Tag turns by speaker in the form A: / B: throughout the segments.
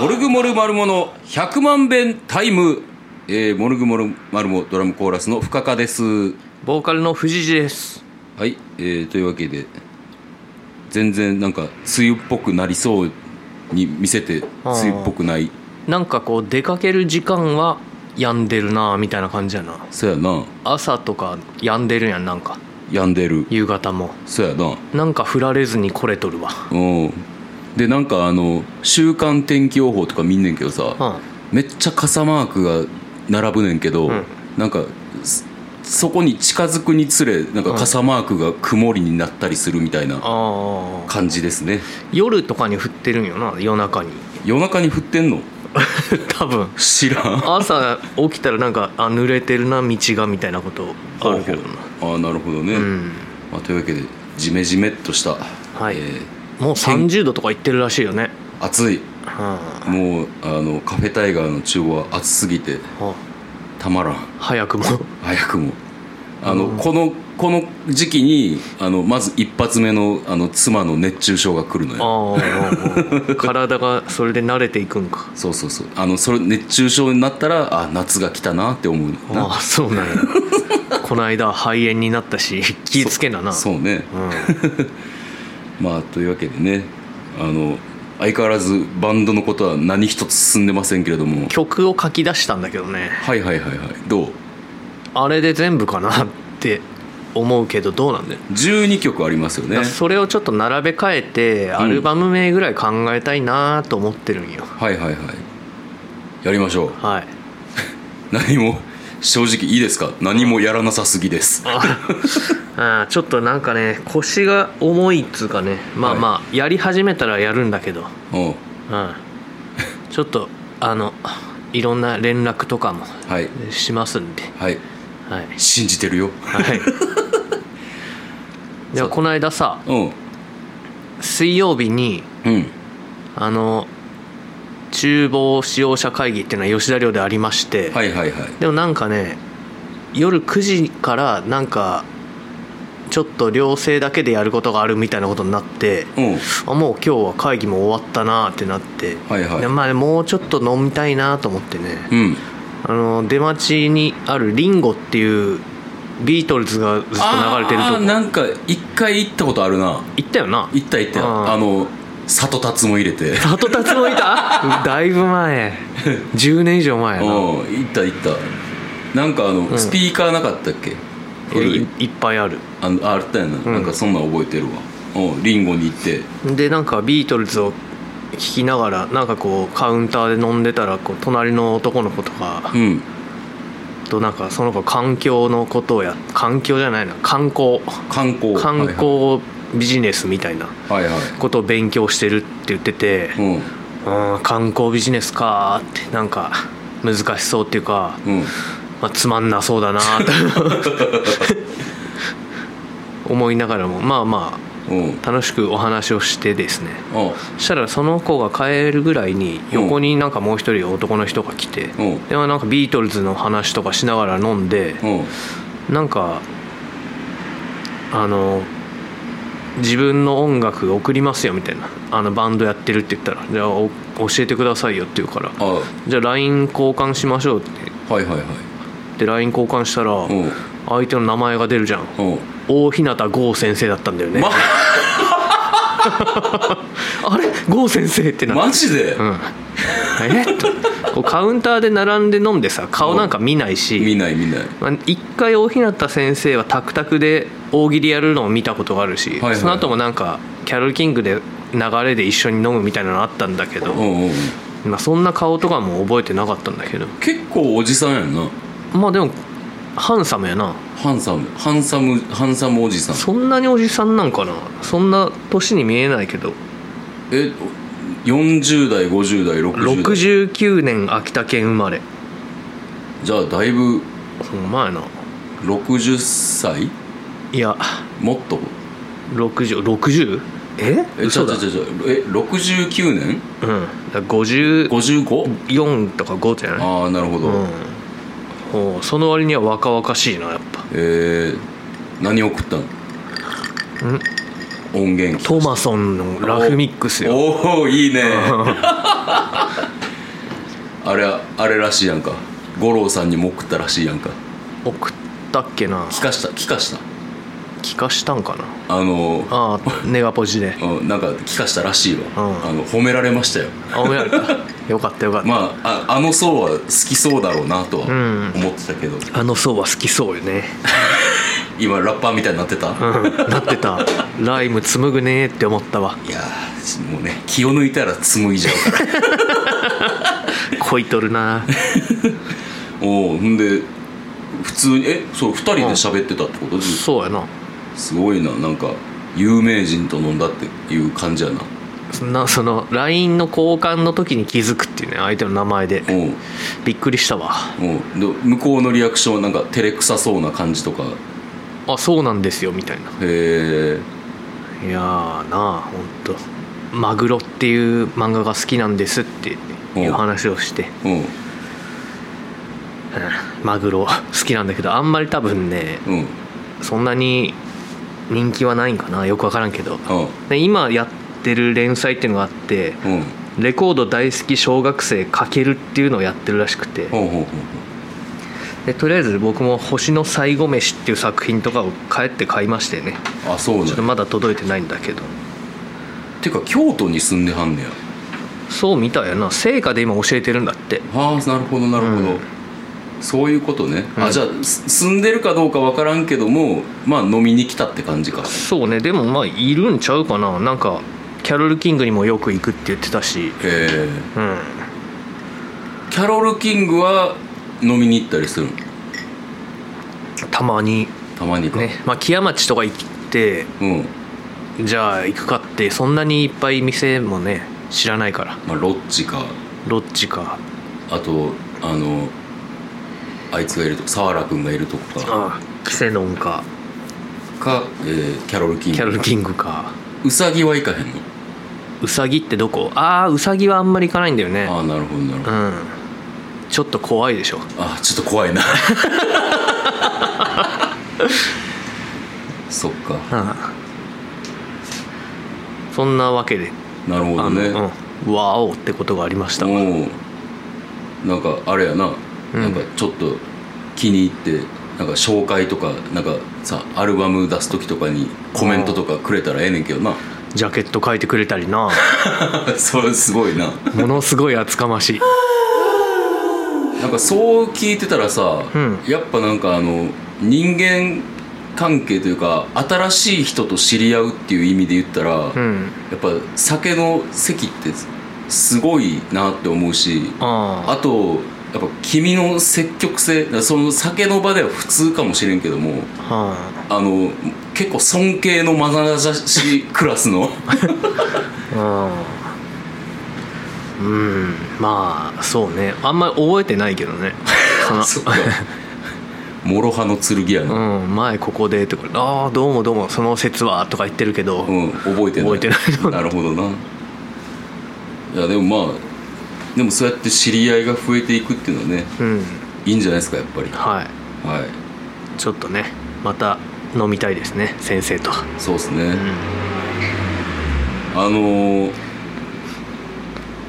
A: モルグモルマルモの100万遍タイム、えーモルグモルマルモドラムコーラスの深川です
B: ボーカルの藤次です
A: はい、えーというわけで全然なんか梅雨っぽくなりそうに見せて
B: あ
A: 梅雨っぽくない
B: なんかこう出かける時間は病んでるなみたいな感じやな
A: そやな
B: 朝とか病んでるやんなんか
A: 病んでる
B: 夕方も
A: そやな
B: なんか振られずにこれとるわ
A: うんでなんかあの週間天気予報とか見んねんけどさ、
B: うん
A: めっちゃ傘マークが並ぶねんけど、
B: うん
A: なんかそそこに近づくにつれなんか傘マークが曇りになったりするみたいな
B: ああ
A: 感じですね
B: 夜とかに降ってるんよな夜中に
A: 夜中に降ってんの
B: 多分
A: 知らん
B: 朝起きたらなんかあ濡れてるな道がみたいなことあるけどな
A: ああなるほどね、
B: うん
A: まあ、というわけでジメジメっとした、
B: はい
A: えー
B: もう30度とかいってるらしいよね
A: 暑い
B: うんは
A: もうあのカフェタイガーの中央は暑すぎて
B: あ
A: たまらん
B: 早 くも
A: 早くもあの、このこの時期にあのまず一発目のあの妻の熱中症が来るのよ
B: ああ体がそれで慣れていくんか
A: そうそうそうあのそれ熱中症になったらあ夏が来たなって思うの
B: あ
A: な
B: あそう なんやこの間肺炎になったし気ぃつけなな、
A: そううね
B: ん、
A: まあというわけでねあの相変わらずバンドのことは何一つ進んでませんけれども
B: 曲を書き出したんだけどね
A: はいはいはいはいどう
B: あれで全部かなって思うけどどうなんだよ、
A: 12曲ありますよね
B: だからそれをちょっと並べ替えてアルバム名ぐらい考えたいなと思ってるんよ、
A: はいはいはいやりましょう
B: はい
A: 何も正直いいですか何もやらなさすぎです
B: あーちょっとなんかね腰が重いっつうかねまあ
A: はい
B: まあやり始めたらやるんだけど、
A: うん
B: うん、ちょっとあのいろんな連絡とかも
A: はい
B: しますんで
A: はい
B: はい
A: 信じてるよ
B: はいでもこの間さ
A: うん
B: 水曜日に
A: うん
B: あの厨房使用者会議っていうのは吉田寮でありまして、
A: はいはいはい
B: でもなんかね夜9時からなんかちょっと寮生だけでやることがあるみたいなことになって
A: うん
B: あもう今日は会議も終わったなってなって、
A: はいはい
B: でまあ、もうちょっと飲みたいなと思ってね、
A: うん
B: あの出待ちにあるリンゴっていうビートルズがずっと流れてると
A: あ
B: こ
A: ーなんか一回行ったことあるな
B: 行ったよな
A: 行った行った
B: うん
A: あの里達も入れて
B: 里達も いただいぶ前10年以上前
A: うん
B: やな
A: 行った行ったなんかあの
B: ん
A: スピーカーなかったっけ古
B: い
A: い
B: いっぱいある
A: あのああったやななんかそんなん覚えてるわうんリンゴに行って
B: でなんかビートルズを聴きながらなんかこうカウンターで飲んでたらこう隣の男の子とか
A: うん
B: となんかその子環境のことをや環境じゃないな観光
A: 観光
B: 観光ビジネスみたいな
A: はいはいはい
B: ことを勉強してるって言ってて
A: はい
B: うん観光ビジネスかーってなんか難しそうっていうか、
A: うんうん
B: まあ、つまんなそうだなーと 思いながらもまあま
A: うん
B: あ楽しくお話をしてですね
A: あ
B: そしたらその子が帰るぐらいに横になんかもう一人男の人が来て、
A: うん
B: でまあなんかビートルズの話とかしながら飲んで、
A: うん
B: なんかあの自分の音楽送りますよみたいなあのバンドやってるって言ったらじゃあお教えてくださいよって言うから
A: あは
B: じゃあ LINE 交換しましょうって
A: いはいはい
B: で LINE 交換したら
A: うん
B: 相手の名前が出るじゃん
A: うん
B: 大日向剛先生だったんだよね、
A: ま
B: あれ剛先生ってなって
A: マジで
B: うん、えっとこうカウンターで並んで飲んでさ顔なんか見ない
A: 見
B: し、
A: ない見ない
B: まあ、一回大日向先生はタクタクで大喜利やるのを見たことがあるし、
A: いはい
B: その後もなんかキャロルキングで流れで一緒に飲むみたいなのあったんだけど、
A: うんうん
B: まあ、そんな顔とかも覚えてなかったんだけど
A: 結構おじさんやんな
B: まあでもハンサムやな
A: ハンサムハンサムハンサムおじさん
B: そんなにおじさんなんかなそんな年に見えないけど
A: え40代50代60代
B: 69年秋田県生まれ
A: じゃあだいぶ
B: ほんまやな
A: 60歳
B: いや
A: もっと
B: 6060? え
A: えちゃ
B: 嘘
A: うち
B: だ
A: ゃうちゃうちゃうえ69年
B: うん、だから54
A: 55?
B: とか5じゃない
A: ああなるほど、
B: うんおうその割には若々しいなやっ
A: えー、何送ったの
B: ぱん
A: 音源
B: トマソンのラフミックスよ
A: おおいいね あれあれらしいやんか五郎さんにも送ったらしいやんか
B: 送ったっけな
A: 聞かした聞かした
B: 聞かしたんかな
A: あの
B: ああネガポ ジで
A: うんなんか聞かしたらしいわ、
B: うん
A: あの褒められましたよ
B: あ褒められたよかったよかった、
A: まあああの層は好きそうだろうなとは
B: ん
A: 思ってたけど、
B: あの層は好きそうよね
A: 今ラッパーみたいになってた、
B: うんなってたライム紡ぐねーって思ったわ
A: いやーもうね気を抜いたら紡いじゃ うから
B: こいとるな
A: おおんで普通にえそう2人で喋ってたってこと、す
B: そうやな
A: ごいななんか有名人と飲んだっていう感じやな
B: そんなその LINE の交換の時に気づくっていうね相手の名前で
A: おう
B: びっくりしたわ
A: おうで向こうのリアクションはなんか照れくさそうな感じとか
B: あそうなんですよみたいな
A: へえ
B: いやーなあほんと「マグロ」っていう漫画が好きなんですっていう話をして
A: うん
B: うんマグロ好きなんだけどあんまり多分ね
A: うん
B: そんなに人気はないんかなよく分からんけど
A: あ
B: で今やってる連載っていうのがあって
A: うん
B: レコード大好き小学生かけるっていうのをやってるらしくて
A: ほうほうほう
B: でとりあえず僕も「星の最後飯」っていう作品とかを帰って買いましてね
A: ほうあそう
B: ち
A: な
B: ょっと
A: んや
B: まだ届いてないんだけど
A: てか京都に住んではんねや
B: そうみたいやな成果で今教えてるんだって
A: ああなるほどなるほど、
B: うん
A: そういうことね、
B: う
A: あ
B: ん
A: じゃあす住んでるかどうかわからんけどもまあ飲みに来たって感じか
B: そうねでもまあいるんちゃうかななんかキャロル・キングにもよく行くって言ってたし
A: ええ
B: うん
A: キャロル・キングは飲みに行ったりするの
B: たまに
A: たまにか、
B: ねまあ木屋町とか行って
A: うん
B: じゃあ行くかってそんなにいっぱい店もね知らないから
A: まあロッチか
B: ロッジか
A: あとあのあいつがいると沢良君がいるとこか
B: あキセノンか
A: か、えーキャロル・キング
B: キャロル・キングか
A: ウサギは行かへんの
B: ウサギってどこああウサギはあんまり行かないんだよね
A: ああなるほどなるほど、
B: うんちょっと怖いでしょ
A: ああちょっと 怖いなそっか
B: うんそんなわけで
A: なるほど
B: あの、
A: ね
B: うん、わおってことがありました
A: もうなんかあれやな,、
B: うん
A: なんかちょっと気に入ってなんか紹介とかなんかさアルバム出す時とかにコメントとかくれたらええねんけどな
B: ジャケット書いてくれた りな
A: それすごいな
B: ものすごい厚かましい
A: なんかそう聞いてたらさ、
B: うん
A: やっぱなんかあの人間関係というか新しい人と知り合うっていう意味で言ったら、
B: う
A: や
B: ん
A: っぱ酒の席ってすごいなって思うし
B: あ
A: あとやっぱ君の積極性だからその酒の場では普通かもしれんけども
B: あは
A: あの結構尊敬のまなざしクラスの
B: あうんうんまあそうねあんまり覚えてないけどね その
A: そっか諸刃の剣やな、
B: うん、前ここでとか「ああどうもどうもその説は」とか言ってるけど、
A: うん、覚えてない
B: 覚えてないの
A: なるほどないやでもまあでもそうやって知り合いが増えていくっていうのはね
B: うん、
A: いいんじゃないですかやっぱり
B: はい
A: はい
B: ちょっとねまた飲みたいですね先生と
A: そうですね、あのー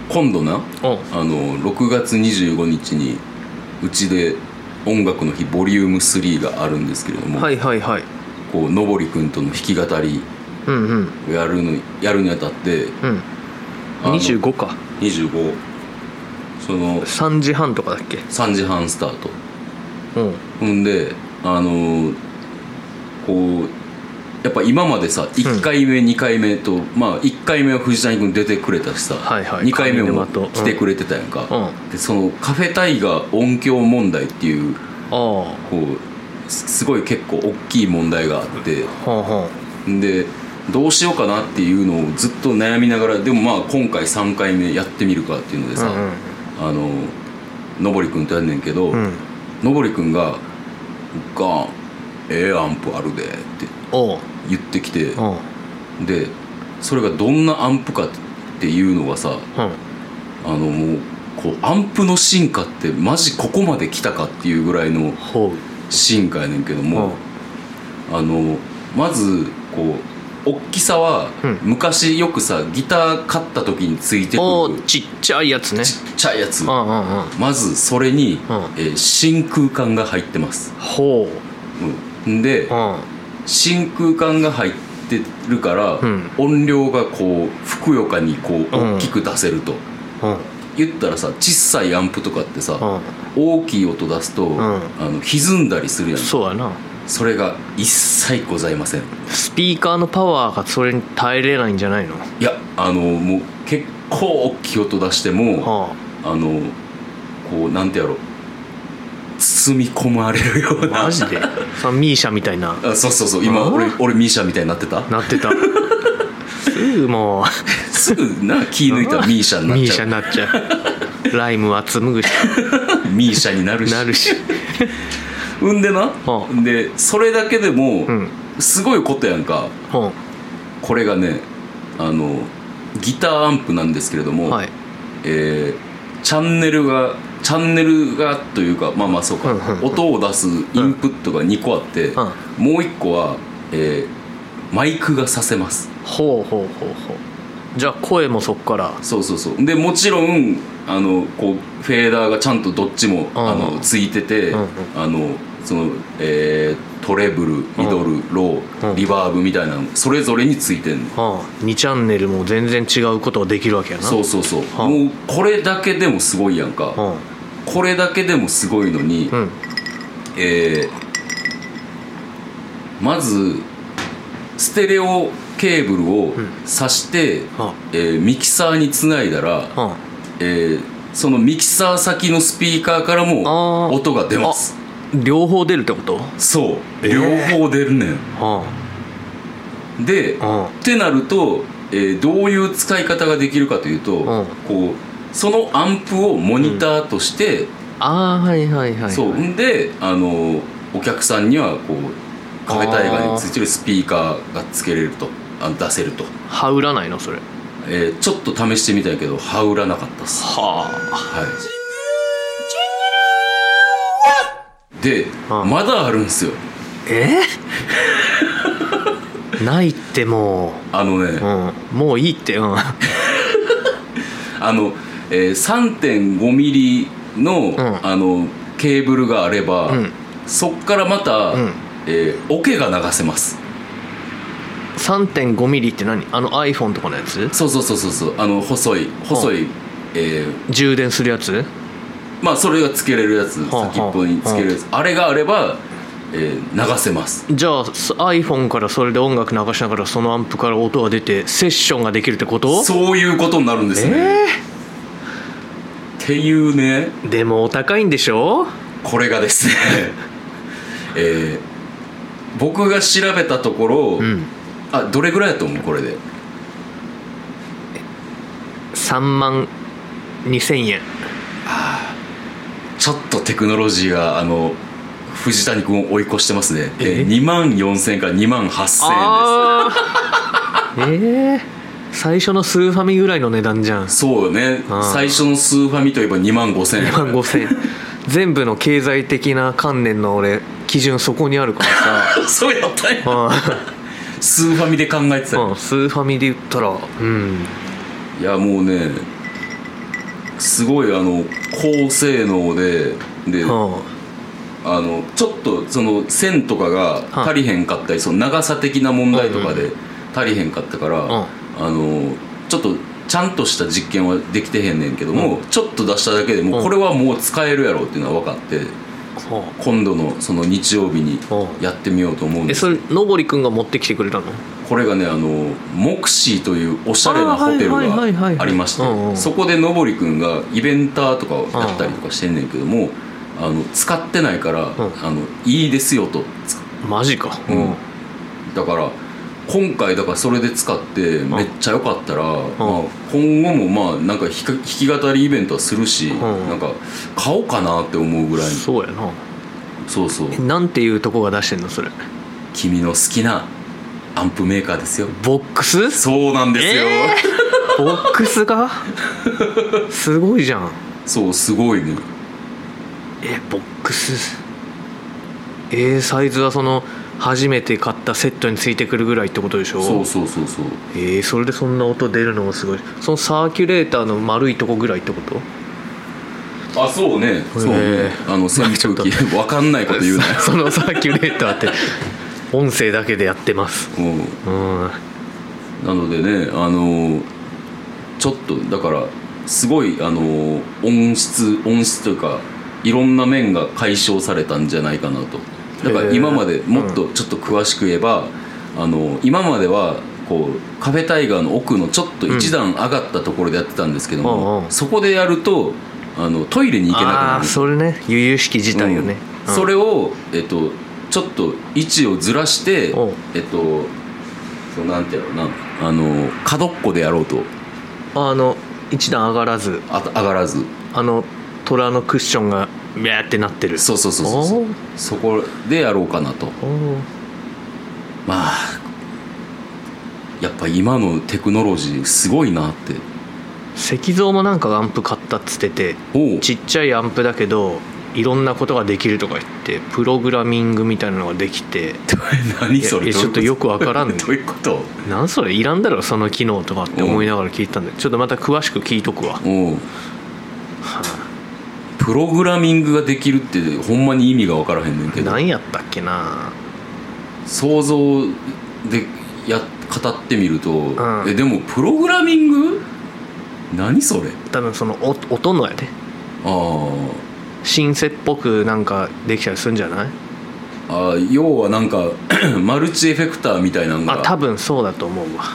A: 今度な
B: お
A: あの6月25日にうちで「音楽の日ボリューム3があるんですけれども、
B: はいはいはい
A: こうのぼりくんとの弾き語り
B: うんう
A: を
B: ん
A: やるのやるにあたって
B: うん
A: あの
B: 25か
A: 25その
B: 3時半とかだっけ
A: 3時半スタート
B: う
A: ほ
B: ん
A: んであのこうやっぱ今までさ1回目、2回目とまあ1回目は藤谷君出てくれたしさ、
B: はいはい
A: 2回目も
B: 上沼とうん
A: 来てくれてたやんか、
B: うんあ
A: でそのカフェタイガー音響問題っていう
B: あは
A: こうすすごい結構大きい問題があって
B: あは
A: でどうしようかなっていうのをずっと悩みながらでもまあ今回3回目やってみるかっていうので
B: あ
A: さ、あののぼりくんとやんねんけど、
B: うんうんうん
A: のぼりくんが「ガンええアンプあるで」って
B: おう
A: 言ってきて
B: おう
A: でそれがどんなアンプかっていうのがさ
B: う
A: あ
B: ん
A: のもうこうアンプの進化ってマジここまで来たかっていうぐらいの
B: ほう
A: 進化やねんけども、あのまずこう大きさは、
B: うん
A: 昔よくさギター買った時についてく
B: お
A: る
B: ーちっちゃいやつね
A: ちっちゃいやつ
B: うんうんうん
A: まずそれに、
B: うん
A: えー真空管が入ってます、
B: ほ
A: うん、で
B: ううん
A: 真空管が入ってるから、
B: うん
A: 音量がこうふくよかにこう
B: うん
A: 大きく出せると、
B: うん
A: 言ったらさ小さいアンプとかってさ、
B: うん
A: 大きい音出すと、
B: ん
A: あの歪んだりするやん
B: そうやな
A: それが一切ございません
B: スピーカーのパワーがそれに耐えれないんじゃないの
A: いやあのもう結構大きい音出しても
B: は
A: あのこうなんてやろう包み込まれるよう
B: あ
A: な
B: マジでそのミーシャみたいな
A: あそうそうそう今
B: あ
A: 俺俺ミーシャみたいになってた
B: な ってたすぐもう
A: すぐな気抜いたらミーシャになっ
B: ミー
A: ち
B: シャ
A: ゃう
B: になっちゃ うライムは紡ぐし
A: ミーシャになるし
B: なるし
A: うんでな
B: あ
A: でそれだけでも
B: うん
A: すごいことやんか
B: ほ
A: これがねあのギターアンプなんですけれど
B: う
A: も、
B: はい
A: えーチャンネルがチャンネルがというかまあまあそうか、
B: うんうんうん
A: 音を出すインプットが2個あって、
B: うん
A: もう1個は、えーマイクがさせます
B: ほうほうほうほうじゃあ声もそっから
A: そうそうそうでもちろんあのこうフェーダーがちゃんとどっちも、
B: ん
A: あのついてて、
B: うんうん
A: あのその、えートレブルミドル、ロー
B: うん
A: リバーブみたいなのそれぞれについてんの
B: はあ2チャンネルも全然違うことができるわけやな
A: そうそうそう、
B: あ
A: もうこれだけでもすごいやんか、
B: は
A: これだけでもすごいのに、
B: あうん
A: えーまずステレオケーブルを
B: ん
A: 挿して、
B: は
A: えーミキサーにつないだら、
B: あは
A: えーそのミキサー先のスピーカーから
B: あ
A: も
B: ー
A: 音が出ます
B: あ両方出るってことは
A: そう、
B: えー
A: 両方出るねんで、
B: あは
A: ってなると、えーどういう使い方ができるかというと、
B: ん
A: こうそのアンプをモニターとして、
B: ああーはいはいはいはい
A: そうんであのお客さんにはこうカフェタイガーについてるスピーカーがつけれるとあ出せると、
B: はうらないのそれ
A: えーちょっと試してみたんやけど羽裏なかったっす
B: は
A: はいで
B: あ
A: まだあるんすよ
B: え ないっても
A: あのね、
B: う、うん、もういいってうん
A: あの、えー、3.5ミリの,、
B: ん
A: あのケーブルがあれば、
B: うん
A: そっからまた、
B: うん
A: えーオケが流せます
B: 3 5ミリって何あの iPhone とかのやつ
A: そうそうそうそうそうあの細い細い、えー
B: 充電するやつ
A: まあそれがつけれるやつ
B: はあはあ
A: 先っぽにつけるやつあれがあれば、えー流せます
B: じゃあそ iPhone からそれで音楽流しながらそのアンプから音が出てセッションができるってこと
A: そういうことになるんですね、
B: え
A: っていうね
B: ーでもお高いんでしょ
A: これがですね えー僕が調べたところ、
B: うん
A: あどれぐらいやと思うこれで
B: 3万2000円
A: ちょっとテクノロジーがあの藤谷君を追い越してますね、え
B: え
A: 2万4000から2万8000円で
B: ああ ーえー最初のスーファミぐらいの値段じゃん
A: すそうよね
B: あー
A: 最初のスーファミといえば2万5000円
B: 1万5000円全部の経済的な観念の俺基準そこにあるから さ
A: そうやったんや
B: う
A: スーファミで考えてたよ
B: んうんスーファミで言ったらうん
A: いやもうねすごいあの高性能でで、
B: うん
A: あのちょっとその線とかが足りへんかったりその長さ的な問題とかで足りへんかったから、
B: ん
A: あのちょっとちゃんとした実験はできてへんねんけども、ちょっと出しただけでも
B: う
A: うんこれはもう使えるやろうっていうのは分かって
B: そう
A: 今度のその日曜日に
B: うん
A: やってみようと思うん
B: え
A: です
B: それのぼりくんが持ってきてくれたの
A: これがねあのモクシーというおしゃれな
B: あー
A: ホテル
B: はいはいはいはい
A: がありまして
B: うんうん
A: そこでのぼりくんがイベンターとかをやったりとかしてんねんけどもあの使ってないから、あのいいですよとつ
B: マジか
A: うんだから今回だからそれで使ってめっちゃ良かったら、まあ、今後もまあなんか弾か弾き語りイベントはするし、
B: ん
A: なんか買おうかなって思うぐらいの
B: そうやな
A: そうそう
B: えなんていうとこが出してんのそれ
A: 君の好きなアンプメーカーですよ
B: ボックス
A: そうなんですよ、
B: えボックス がすごいじゃん
A: そうすごいね
B: えボックスえーサイズはその初めて買ったセットについてくるぐらいってことでしょ
A: そうそうそうそう
B: えー、それでそんな音出るのもすごいそのサーキュレーターの丸いとこぐらいってこと
A: あそうねそうねあの扇風機 わかんないこと言うなよ
B: そのサーキュレーターって音声だけでやってます
A: うん
B: うん
A: なのでねあのちょっとだからすごいあの音質音質というかいろんな面が解消されたんじゃないかなとだか
B: へ
A: ら
B: え
A: 今までもっとちょっと詳しく言えば、あの今まではこうカフェタイガーの奥のちょっと一段上がったところでやってたんですけども、
B: うんうん
A: そこでやるとあのトイレに行けなくな
B: ああ
A: る
B: ーそれね悠々しき事態よね、
A: うんそれ
B: れ
A: を、えっと、ちょっと位置をずらして
B: おう
A: えっとそうなんていうのかなあの角っこでやろうと
B: あの一段上がらず
A: あ上がらず
B: あの虎のクッションがビャーってなってる
A: そうそうそうそうそうそこでやろうかなと
B: おー
A: まあやっぱ今のテクノロジーすごいなって
B: 石像もなんかアンプ買ったっつってて
A: おう
B: ちっちゃいアンプだけどいろんなことができるとか言ってプログラミングみたいなのがで きて
A: 何それ
B: いやいやちょっとよくわから
A: ど
B: ん
A: ういうこと
B: なんそれいらんだろその機能とかって思いながら聞いたんでちょっとまた詳しく聞いとくわ
A: おうプログラミングができるってほんまに意味がわからへんねんけど
B: 何やったっけな
A: 想像でや語ってみると、
B: ん
A: えでもプログラミング何それ
B: 多分そのお音のやね
A: あー
B: シンセっぽくなんかできたりするんじゃない
A: あー要はなんか マルチエフェクターみたいなのが
B: あ多分そうだと思う
A: な
B: わ
A: る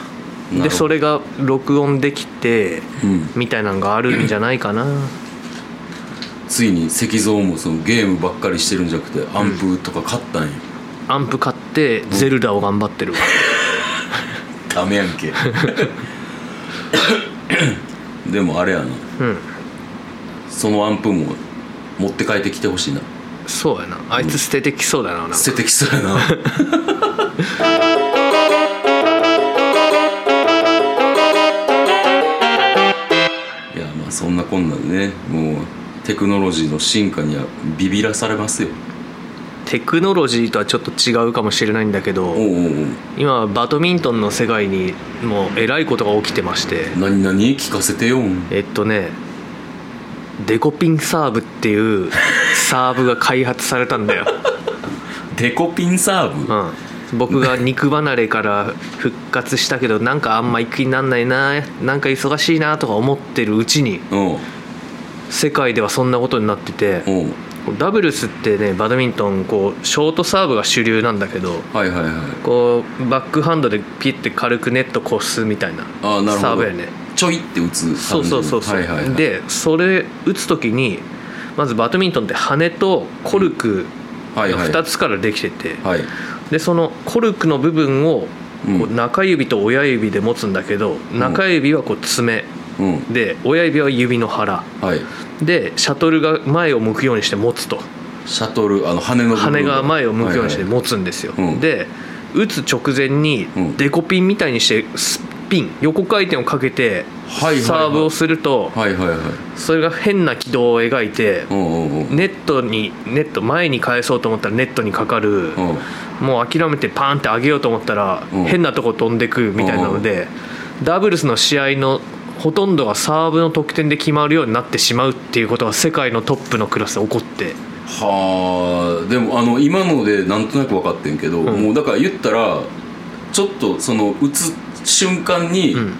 A: ほ
B: で
A: ど
B: それが録音できて
A: うん
B: みたいなのがあるんじゃな いかな
A: ついに石像もそのゲームばっかりしてるんじゃなくてアンプとか買ったんや、
B: アンプ買ってゼルダを頑張ってるわ
A: ダメやんけでもあれやな
B: うん
A: そのアンプも持って帰ってきてほしいな
B: そうやなあいつ捨ててきそうだななんか
A: 捨ててきそうやな いやまあそんなこんなでねもうテクノロジーの進化にはビビらされますよ
B: テクノロジーとはちょっと違うかもしれないんだけ
A: おうお
B: ど
A: うおう
B: 今バドミントンの世界にもうえらいことが起きてまして
A: 何何聞かせてよん
B: えっとねデコピンサーブっていうサーブが開発されたんだよ、
A: デコピンサーブ
B: うん、僕が肉離れから復活したけどなんかあんま行く気になんないななんか忙しいなとか思ってるうちに
A: うん
B: 世界ではそんなことになってて
A: おう
B: ダブルスってねバドミントンこうショートサーブが主流なんだけど
A: はいはいはい
B: こうバックハンドでピッて軽くネットこすみたいな
A: ああなるほど
B: サーブやね
A: ちょいって打つ
B: そうそうそうそう、
A: はいはいはい、
B: でそれ打つ時にまずバドミントンって羽とコルクが
A: はいはい
B: 2つからできてて、
A: はい
B: でそのコルクの部分を
A: う
B: こう中指と親指で持つんだけど、中指はこう爪
A: うん
B: で親指は指の腹
A: はい
B: でシャトルが前を向くようにして持つと
A: シャトルあの羽の部分
B: 羽が前を向くようにして持つんですよ、
A: はいはいうん
B: で打つ直前に
A: うん
B: デコピンみたいにしてスピン横回転をかけてサ
A: はいはいはい
B: ーブをすると
A: はいはいはいはい
B: それが変な軌道を描いて
A: うんうんうん
B: ネットにネット前に返そうと思ったらネットにかか
A: う
B: る
A: ん
B: もう諦めてパーンって上げようと思ったら
A: うん
B: 変なとこ飛んでくみたいなのでダブルスの試合のほとんどがサーブの得点で決まるようになってしまうっていうことが世界のトップのクラスで起こって
A: はあでもあの今のでなんとなく分かってんけど、
B: ん
A: もうだから言ったらちょっとその打つ瞬間に、
B: うん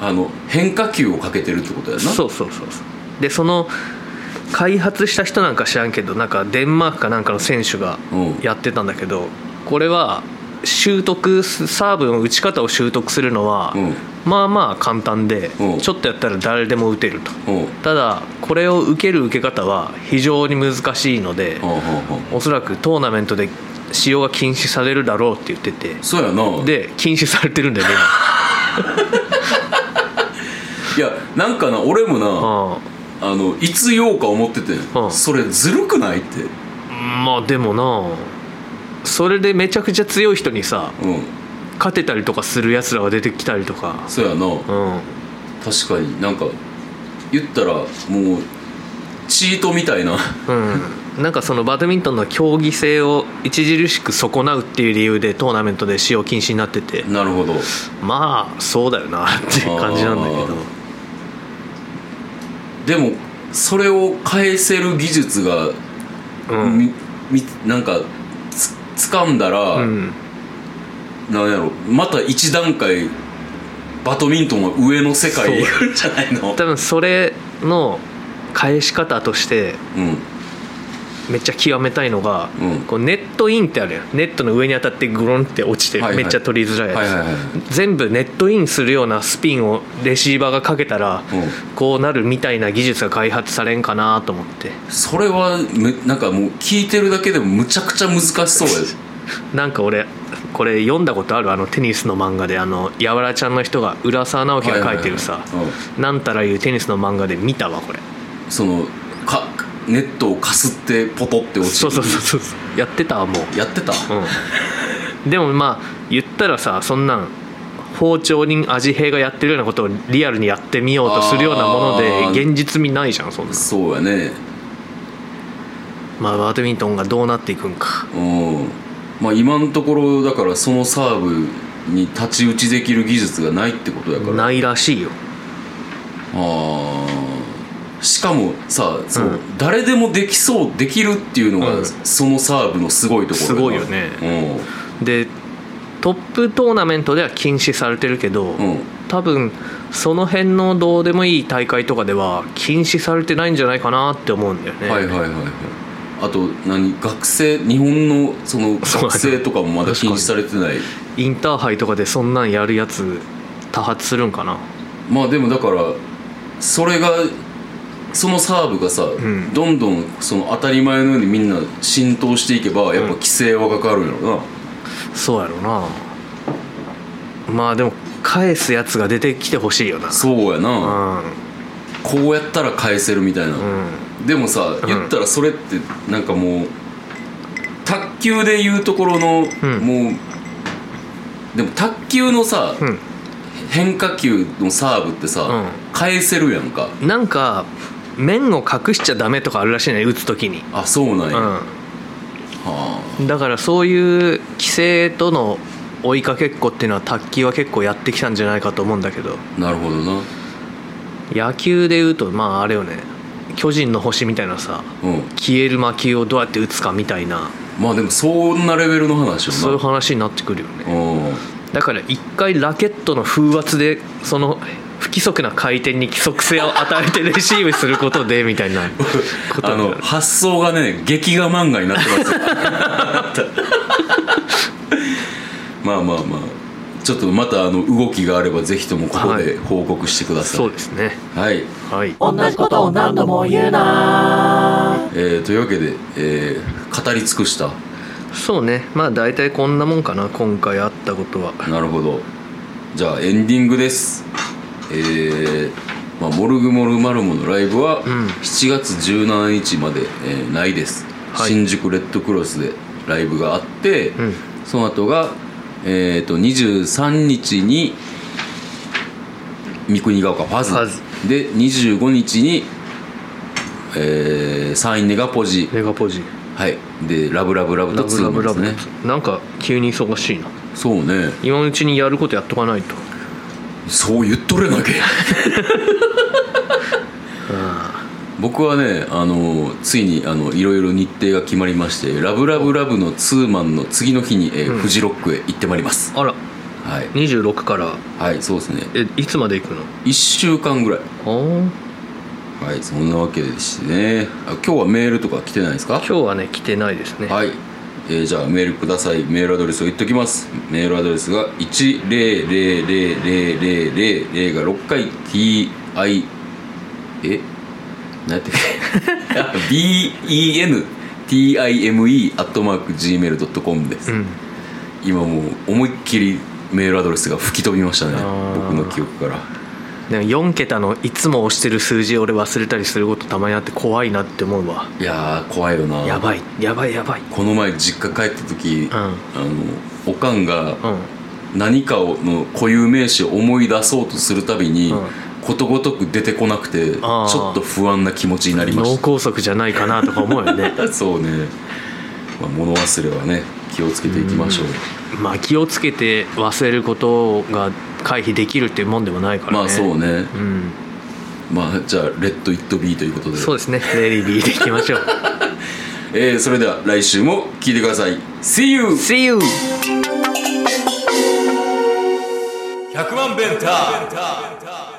A: あの変化球をかけてるってことやな
B: そうそうそうそうでその開発した人なんか知らんけどなんかデンマークかなんかの選手が
A: うん
B: やってたんだけどこれは習得すサーブの打ち方を習得するのは、
A: うん
B: まあまあ簡単で、
A: うん
B: ちょっとやったら誰でも打てると
A: うん
B: ただこれを受ける受け方は非常に難しいので、
A: はあはあは
B: おそらくトーナメントで使用が禁止されるだろうって言ってて
A: あそうやな
B: で禁止されてるんだよね
A: いやなんかな俺もな
B: 今
A: あのいつ言おうか思ってて、
B: うん
A: それずるくないって
B: うんまあでもなそれでめちゃくちゃ強い人にさ
A: うん
B: 勝てたりとかするやつらが出てきたりとか
A: そうやな、
B: うん
A: 確かになんか言ったらもうチートみたいな
B: うん、なんかそのバドミントンの競技性を著しく損なうっていう理由でトーナメントで使用禁止になってて
A: なるほど
B: まあそうだよなっていう感じなんだけ
A: あ
B: ど
A: ーでもそれを返せる技術が、
B: うん
A: みみなんかつ掴んだら、
B: うん
A: なんやろまた一段階バドミントンは上の世界に行くんじゃない の
B: 多分それの返し方として
A: うん
B: めっちゃ極めたいのが、
A: うん
B: こうネットインってあるやんネットの上に当たってグロンって落ちて
A: はいはい
B: めっちゃ取りづらいやつ、
A: はいはいはい
B: 全部ネットインするようなスピンをレシーバーがかけたら、
A: う
B: こうなるみたいな技術が開発されんかなと思って
A: それはめなんかもう聞いてるだけでもむちゃくちゃ難しそうや
B: なんか俺これ読んだことあるあのテニスの漫画であのやわらちゃんの人が浦沢直樹が書いてるさ、
A: はいはいはいは
B: なんたらいうテニスの漫画で見たわこれ
A: そのかネットをかすってポトって落ち
B: そう
A: る
B: そうそうそうそうやってたわもう
A: やってた、
B: うん、でもまあ言ったらさそんなん包丁に味兵がやってるようなことをリアルにやってみようとするようなもの
A: あ
B: で
A: ー
B: 現実味ないじゃんそんな
A: そうやね
B: まあバドミントンがどうなっていくんか
A: うんまあ今のところだからそのサーブに太刀打ちできる技術がないってことやからあ
B: ないらしいよ
A: あーしかもさそう、
B: うん
A: 誰でもできそうできるっていうのが、
B: うん
A: そのサーブのすごいところ
B: すごいよねでトップトーナメントでは禁止されてるけど、
A: うん、うん、
B: 多分その辺のどうでもいい大会とかでは禁止されてないんじゃないかなって思うんだよね、
A: はいはいはいはいあと何学生日本のその
B: そうだね
A: 学生とかもまだ
B: 確か
A: 禁
B: に
A: 止されてない
B: インターハイとかでそんなんやるやつ多発するんかな
A: まあでもだからそれがそのサーブがさ、
B: ん
A: どんどんその当たり前のようにみんな浸透していけばやっぱ規制はかかるんやろな、
B: そうやろなまあでも返すやつが出てきてほしいよな
A: そうや
B: う
A: な、
B: ん
A: こうやったら返せるみたいな、
B: うん
A: でもさ言ったらそれってなんかもう卓球でいうところの、
B: うん
A: もうでも卓球のさ、
B: うん
A: 変化球のサーブってさ、
B: うん
A: 返せるやんか
B: なんか面を隠しちゃダメとかあるらしいね打つ時に
A: あそうなんや、はあ
B: うんだからそういう規制との追いかけっこっていうのは卓球は結構やってきたんじゃないかと思うんだけど
A: なるほどな
B: 野球で言うとまああれよね巨人の星みたいなさ
A: うん
B: 消える魔球をどうやって打つかみたいな
A: まあでもそんなレベルの話よな
B: そういう話になってくるよね
A: うん
B: だから一回ラケットの風圧でその不規則な回転に規則性を与えてレシーブすることでみたいなこと
A: あ
B: に
A: の
B: なる
A: 発想がね劇画漫画になってますよ まあまあまあちょっとまたあの動きがあればぜひともここで報告してください
B: そうですね
A: はい、
B: はい
C: 同じことを何度も言うな
A: えーというわけで、えー語り尽くした
B: そうねまあ大体こんなもんかな今回あったことは
A: なるほどじゃあエンディングですえーまあ、モルグモルマルモのライブは
B: ん
A: 7月17日まで、えーないです、
B: はい
A: 新宿レッドクロスでライブがあって、
B: うん
A: その後が、えー、と23日に三国ヶ丘ファズ
B: ファズ
A: で25日に、えー、サインネガポジ、
B: メガポジ
A: はい、でラブラブラブ
B: ラ
A: とツ
B: ブ
A: ー
B: ラ
A: マ
B: ブ
A: ン
B: ラ
A: です
B: ブ、
A: ね
B: なんか急に忙しいな
A: そうね
B: 今のうちにやることやっとかないと
A: そう言っとれなきゃ 僕はねあのついにあのいろいろ日程が決まりまして「ラブラブラブ」のツーマンの次の日に、えーフジロックへ行ってまいります、
B: あら
A: はい、
B: 26から
A: はい、そうですね
B: えいつまで行くの
A: 1週間ぐらい
B: あ
A: はいそんなわけでしてねあ今日はメールとか来てないですか
B: あ今日はね来てないですね
A: はい、えーじゃあメールくださいメールアドレスを言っときますメールアドレスが1000000が6回 TI え何やったっ け BENTIME アットマーク Gmail.com です、
B: うん
A: 今もう思いっきりメールアドレスが吹き飛びましたね
B: あー
A: 僕の記憶から
B: でも4桁のいつも押してる数字俺忘れたりすることたまにあって怖いなって思うわ
A: いやー怖いよな
B: やばいやばいやばい
A: この前実家帰った時、
B: うん
A: あのおかんが
B: うん
A: 何かをの固有名詞を思い出そうとするたびに、
B: うん
A: ことごとく出てこなくてち
B: あー
A: ょっと不安な気持ちになりま
B: 脳
A: し
B: 梗塞じゃないかなとか思うよね
A: たそうねまあ、物忘れはね気をつけていきましょう、
B: まあ気をつけて忘れることが回避できるっていうもんでもないからね
A: まあそうね、
B: うん
A: まあじゃあレッド・イット・ビーということで
B: そうですねレディービーでいきましょう
A: えーそれでは来週も聞いてください See you!
B: See you!
A: 100万ベンター